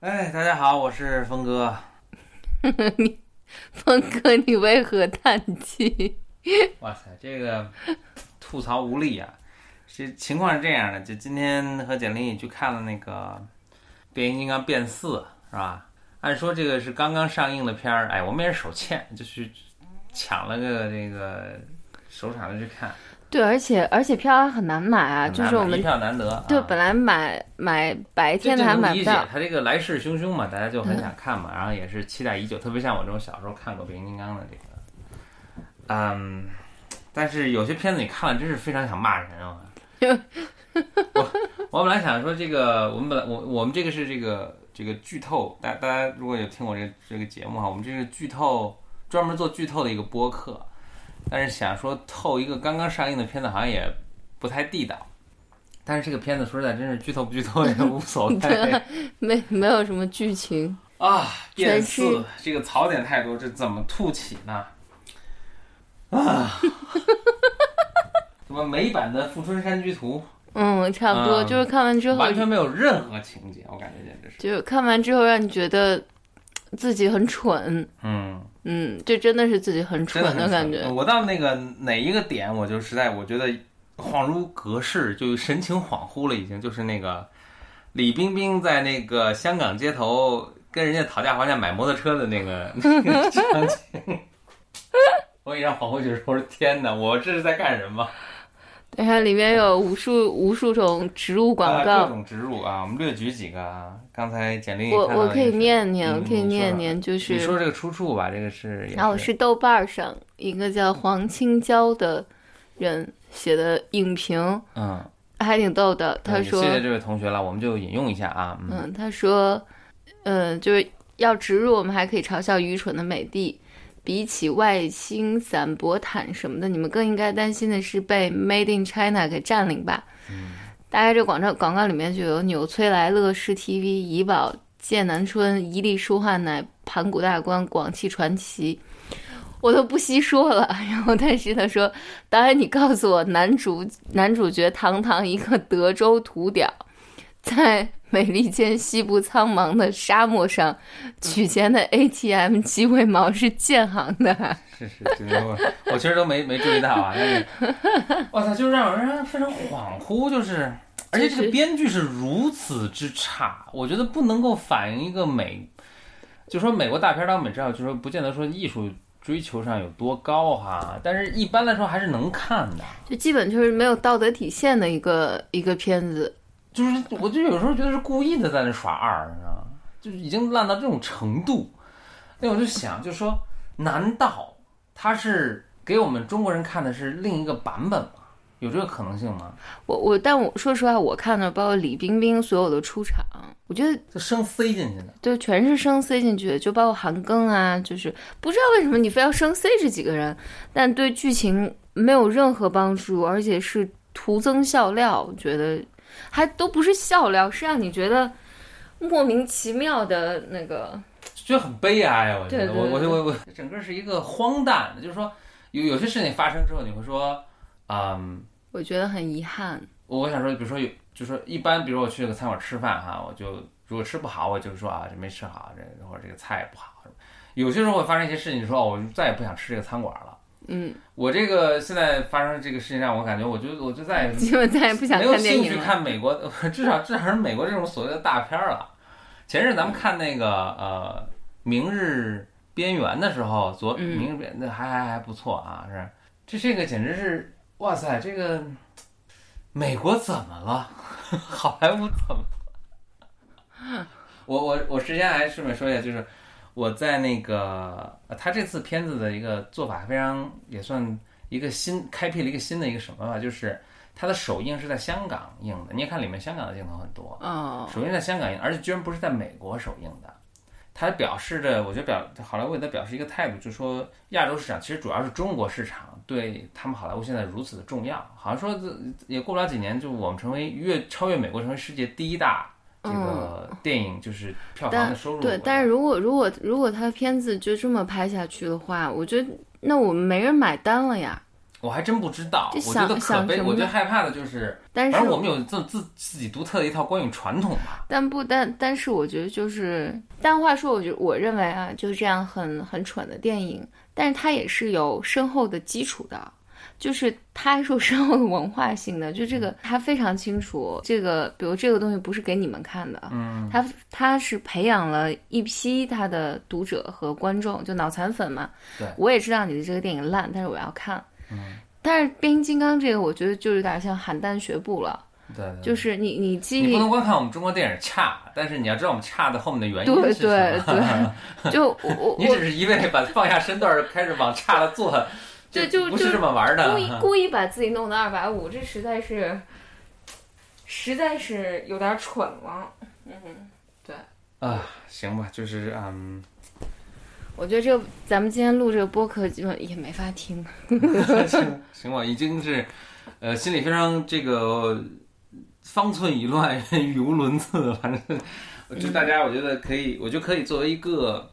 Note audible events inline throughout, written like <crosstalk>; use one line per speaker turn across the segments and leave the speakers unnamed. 哎，大家好，我是峰哥。
峰哥，你为何叹气？
哇塞，这个吐槽无力啊！ <laughs> 这情况是这样的，就今天和简历去看了那个《变形金刚变四》，是吧？按说这个是刚刚上映的片儿，哎，我们也是手欠，就去抢了个这个首场就去看，
对，而且而且票很难买啊，
很
就
难
是我
买一
们
票难得。
对
啊
本来买买白
这
天
就
的还
能
买
理
不
解
到，，
他这个来势汹汹嘛，大家就很想看嘛，然后也是期待已久，特别像我这种小时候看过《变形金刚》的这个，嗯，但是有些片子你看了真是非常想骂人
<laughs>
啊。我我本来想说这个，我们本来我我们这个是这个这个剧透，大大家如果有听我这这个节目哈，我们这是剧透专门做剧透的一个播客，但是想说透一个刚刚上映的片子好像也不太地道。但是这个片子说实在，真是剧透不剧透也无所
<laughs>
谓，
没没有什么剧情。
啊，变
全
四这个槽点太多，这怎么吐起呢？啊，
<laughs>
什么美版的《富春山居图
嗯，差不多，
嗯
就是看完之》后
完，全没有任何情节，我感觉简直是，
就是看完之后让你觉得自己很蠢，
嗯，
嗯，这真的是自己很
真
蠢
的很嗯
感觉。
我到那个哪一个点，我就实在我觉得恍如隔世，就神情恍惚了，已经就是那个李冰冰在那个香港街头跟人家讨价还价买摩托车的那个那
<laughs>
个场景。我也让恍惚觉得我说天哪，我这是在干什么？
对，它里面有无数无数种植入广
啊各
告，
种植入啊，我们略举几个啊。刚才简历
我
看到
我
的
可以
也是，
念念，
嗯
我可以
你说
念
吧
念，就是
你说这个出处吧，这个是也
然后
是嗯
是豆瓣儿上一个叫黄青椒的人写的影评，
嗯，
还挺逗的。他
嗯
说
谢，谢这位同学了，我们就引用一下啊，嗯
嗯，他说，嗯，就是要植入我们还可以嘲笑愚蠢的美帝。比起外星散博坦什么的，你们更应该担心的是被 Made in China 给占领吧。大概这广告广告里面就有纽崔莱、乐视 TV、怡宝、剑南春、伊利舒化奶、盘古大观、广汽传祺，我都不细说了。 <laughs> 然后，但是他说，导演，你告诉我，男主男主角堂堂一个德州土屌，在美利坚西部苍茫的沙漠上取钱的 ATM 机为毛是建行的，
是是，这个我我其实都没没注意到啊，但是，哇塞，就是让人非常恍惚，就是，而且这个编剧是如此之差，我觉得不能够反映一个美，就说美国大片当美照，就说不见得说艺术追求上有多高哈，但是一般来说还是能看的。
就基本就是没有道德底线的一个一个片子。
就是我就有时候觉得是故意的在那耍二，你知道吗？就是已经烂到这种程度。那我就想，就说难道他是给我们中国人看的是另一个版本吗？有这个可能性吗？
我我，但我说实话，我看了包括李冰冰所有的出场，我觉得
就生塞进去的，
就全是生塞进去的，就包括韩庚啊，就是不知道为什么你非要生塞这几个人，但对剧情没有任何帮助，而且是徒增笑料，我觉得还都不是笑料，是让你觉得莫名其妙的那个。
觉得很悲哀啊！我觉
对
得，
对
我我
对
我我，整个是一个荒诞的，就是说有有些事情发生之后，你会说，嗯，
我觉得很遗憾，
我我想说，比如说有，就是说一般，比如我去个餐馆吃饭哈，我就如果吃不好，我就说啊，这没吃好，这或者这个菜不好。有些时候会发生一些事情，你说哦，我再也不想吃这个餐馆了。
嗯， <laughs>
我这个现在发生这个事情让我感觉，我就我就再也
基本再也不想
没有
看电
兴
影
趣
了。
看美国，至少至少是美国这种所谓的大片儿了。前阵咱们看那个呃《明日边缘》的时候，昨《
嗯
明日边》那还还还不错啊，是这这个简直是哇塞，这个美国怎么了？ <laughs> 好莱坞怎么了？我我我之前还顺便说一下，就是我在那个呃他这次片子的一个做法非常也算一个新开辟了一个新的一个什么吧，就是它的首映是在香港映的。你也看里面香港的镜头很多，
哦，
首映在香港映，而且居然不是在美国首映的。它表示着，我觉得表好莱坞也在表示一个态度，就说亚洲市场其实主要是中国市场对他们好莱坞现在如此的重要，好像说这也过不了几年，就我们成为越超越美国，成为世界第一大这个电影就是票房的收入国家。
嗯对，但是如果如果如果他片子就这么拍下去的话，我觉得那我们没人买单了呀。
我还真不知道，
这
我觉得可
想想
悲，
什
我
么
觉得
呢？
害怕的就是，
但
反
是
正我们有自自自己独特的一套观影传统吧。
但不但但是我觉得就是，但话说，我觉我认为啊，就是这样很很蠢的电影，但是它也是有深厚的基础的，就是它是有深厚的文化性的，就这
嗯
个它非常清楚，这个比如这个东西不是给你们看的，
嗯，
它它是培养了一批它的读者和观众，就脑残粉嘛。
对嗯
我也知道你的这个电影烂，但是我要看。但是变形金刚这个，我觉得就有点像邯郸学步了，
对对对
就是你你基
你
于
不能光看我们中国电影差，但是你要知道我们差的后面的原因
对
是什么。 <laughs>
对对，就我我
你
我
只是一味地把放下身段儿开始往差了
<laughs>
做，这
对就
不是
就
这么玩儿的。 <laughs>
故意故意把自己弄到二百五，这实在是，实在是有点蠢了。
啊，行吧，就是嗯，
我觉得这咱们今天录这个播客，基本也没法听。
行吧，已经是呃心里非常这个方寸已乱，语无伦次了。反正我就大家，我觉得可以，我就可以作为一个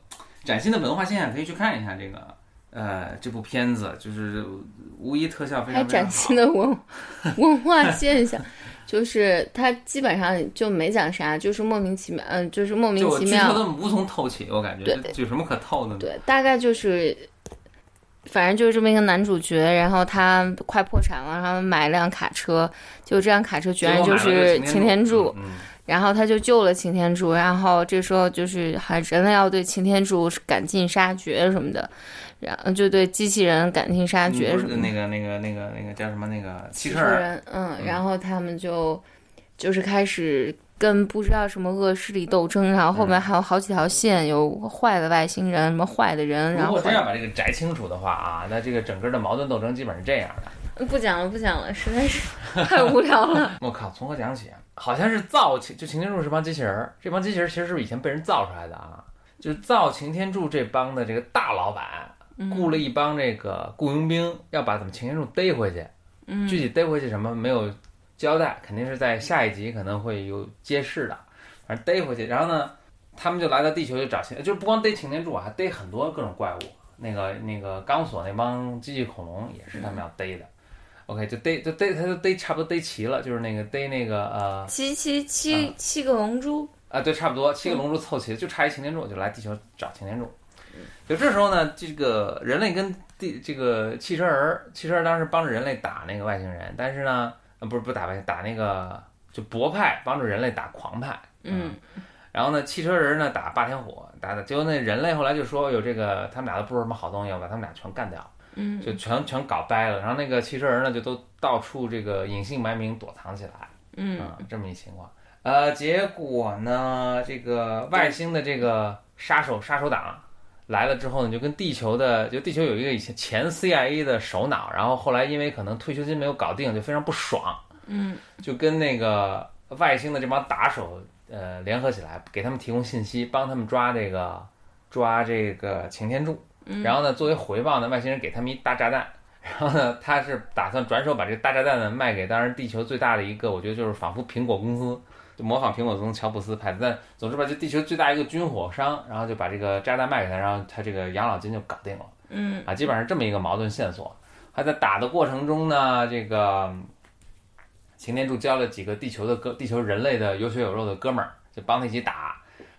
崭新的文化现象，可以去看一下这个呃这部片子，就是无疑特效非
还
常非常
崭
好
新
<laughs>
的文文化现象，就是它基本上就没讲啥，就是莫名其妙，嗯、就是莫名
就
其
剧透
妙，
的无从透起，我感觉
对
这有什么可透的呢？
对，大概就是。反正就是这么一个男主角，然后他快破产了，然后买一辆卡车，就这辆卡车居然
结果
就
买了个
是擎
擎天
天柱，，
嗯，
然后他就救了擎天柱，然后这时候就是还人类要对擎天柱赶尽杀绝什么的，然后就对机器人赶尽杀
嗯
绝
不
什
是
么的。
那个那个那个那个叫什么那个汽
机
车啊
器
人，
人，嗯，然后他们就就是开始跟不知道什么恶势力斗争，然后
嗯
后面还有好几条线，有坏的外星人，什么坏的人，然
如
后
果真要把这个摘清楚的话啊，那这个整个的矛盾斗争基本是这样的。
不讲了，不讲了，实在是太无
<laughs>
聊了。
我靠，从何讲起啊？好像是造擎，就擎天柱是帮机器人儿，这帮机器人儿其实是以前被人造出来的啊。就是造擎天柱这帮的这个大老板雇
嗯
了一帮这个雇佣兵，要把怎么擎天柱逮回去。
嗯
具体逮回去什么没有交代，肯定是在下一集可能会有揭示的。反正逮回去，然后呢，他们就来到地球就找擎，就是不光逮擎天柱啊，还逮很多各种怪物。那个那个钢索那帮机器恐龙也是他们要逮的。OK，就逮就逮，他就逮差不多逮齐了，就是那个逮那个呃
七七七七个龙珠，
啊，对，差不多七个龙珠凑齐，就差一擎天柱，就来地球找擎天柱。就这时候呢，这个人类跟地这个汽车人儿，汽车人当时帮着人类打那个外星人，但是呢，呃、不是不是打外星，打那个就博派帮助人类打狂派，
嗯，
啊然后呢，汽车人呢打霸天虎，打打，结果那人类后来就说有这个，他们俩都不是什么好东西，我把他们俩全干掉，
嗯，
就全全搞掰了。然后那个汽车人呢就都到处这个隐姓埋名躲藏起来，
嗯
啊，这么一情况。呃，结果呢，这个外星的这个杀手杀手党来了之后呢，就跟地球的，就地球有一个以前前 CIA 的首脑，然后后来因为可能退休金没有搞定，就非常不爽，
嗯，
就跟那个外星的这帮打手呃联合起来，给他们提供信息，帮他们抓这个抓这个擎天柱。
嗯
啊然后呢，作为回报呢，外星人给他们一大炸弹。然后呢，他是打算转手把这个大炸弹呢卖给当时地球最大的一个，我觉得就是仿佛苹果公司，就模仿苹果公司乔布斯拍的。但总之吧，就地球最大一个军火商，然后就把这个炸弹卖给他，然后他这个养老金就搞定了。<laughs>
嗯，
啊，基本上这么一个矛盾线索。还在打的过程中呢，这个嗯擎天柱交了几个地球的哥，地球人类的有血有肉的哥们儿，就帮他一起打。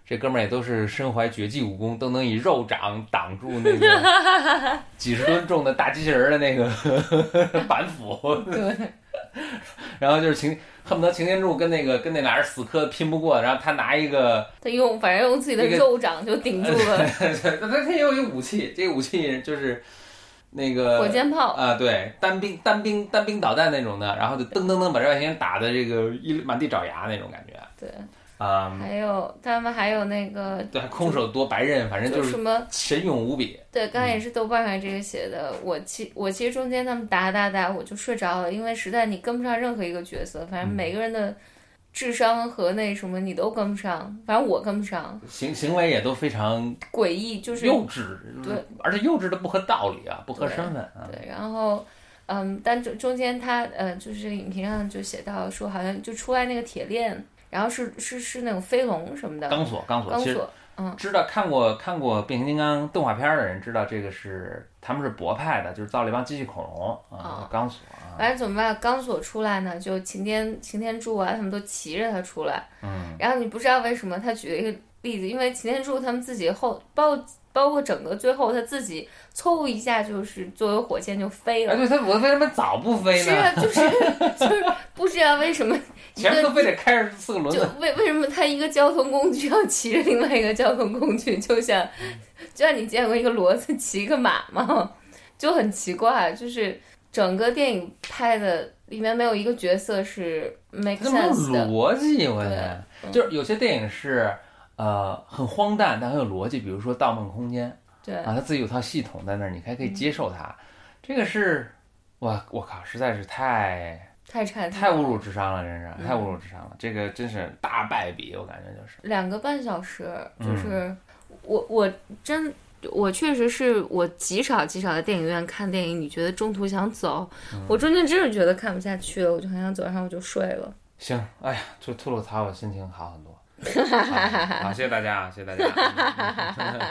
这哥们儿也都是身怀绝技武功，都能以肉掌挡住那个
<laughs>
几十吨重的大机器人儿的那个 <laughs> 板斧。
对，
<laughs> 然后就是擎，恨不得擎天柱跟那个跟那俩人死磕拼不过，然后他拿一个，
他用反正用自己的
那个
肉掌就顶住了
<laughs> 他他也有一武器，这个武器就是那个
火箭炮，
啊、对，单兵单兵单兵导弹那种的，然后就噔噔噔把这外星人打的这个一满地找牙那种感觉
对，
啊、
还有他们还有那个
对，空手夺白刃，反正
就
就是嗯
什么。
神勇无比。
对，刚才也是豆瓣上这个写的。我其我其实中间他们打打打，我就睡着了，因为实在你跟不上任何一个角色，反正
嗯
每个人的智商和那什么你都跟不上，反正我跟不上。
行行为也都非常
诡异就是
幼稚，嗯
对，
而且幼稚的不合道理啊，不合身份啊，
对，然后嗯，但中中间他呃，就是影评上就写到说，好像就出来那个铁链，然后是是是那种飞龙什么的
钢索钢索，
钢
其实
索，嗯
知道看过看过变形金刚动画片的人知道这个是他们是博派的，就是造了一帮机器恐龙啊
哦，
钢索啊，
反正怎么办？钢索出来呢，就擎天擎天柱啊，他们都骑着它出来。
嗯，
然后你不知道为什么他举了一个例子，因为擎天柱他们自己后包包括整个最后他自己凑一下，就是作为火箭就飞
哎，对，
了。
它我为什么早不哎飞
是
呢？
啊，就是就是 <laughs> 不知道为什么一
前面
个
都非得开着四个轮 <laughs>
<laughs> 就
子，
为为什么他一个交通工具要骑着另外一个交通工具，就像
嗯
就像你见过一个骡子骑个马吗？就很奇怪，就是整个电影拍的里面没有一个角色是 make
它没有
sense 的，
逻辑，我觉得
对嗯
就是有些电影是呃很荒诞但很有逻辑，比如说《盗梦空间》
对，
啊，它自己有套系统在那儿，你还可以接受它，
嗯
这个是。哇，我靠，实在是太
太差劲了
太侮辱智商了，真
嗯
是太侮辱智商了，这个真是大败笔，我感觉就是。
两个半小时，就
嗯
是、我我真我确实是我极少极少在电影院看电影，你觉得中途想走，
嗯
我中间真是觉得看不下去了，我就很想走，然后我就睡了。
行，哎呀，
<laughs>
就吐吐槽，我心情好很多。好，好谢谢大家啊，谢谢大家。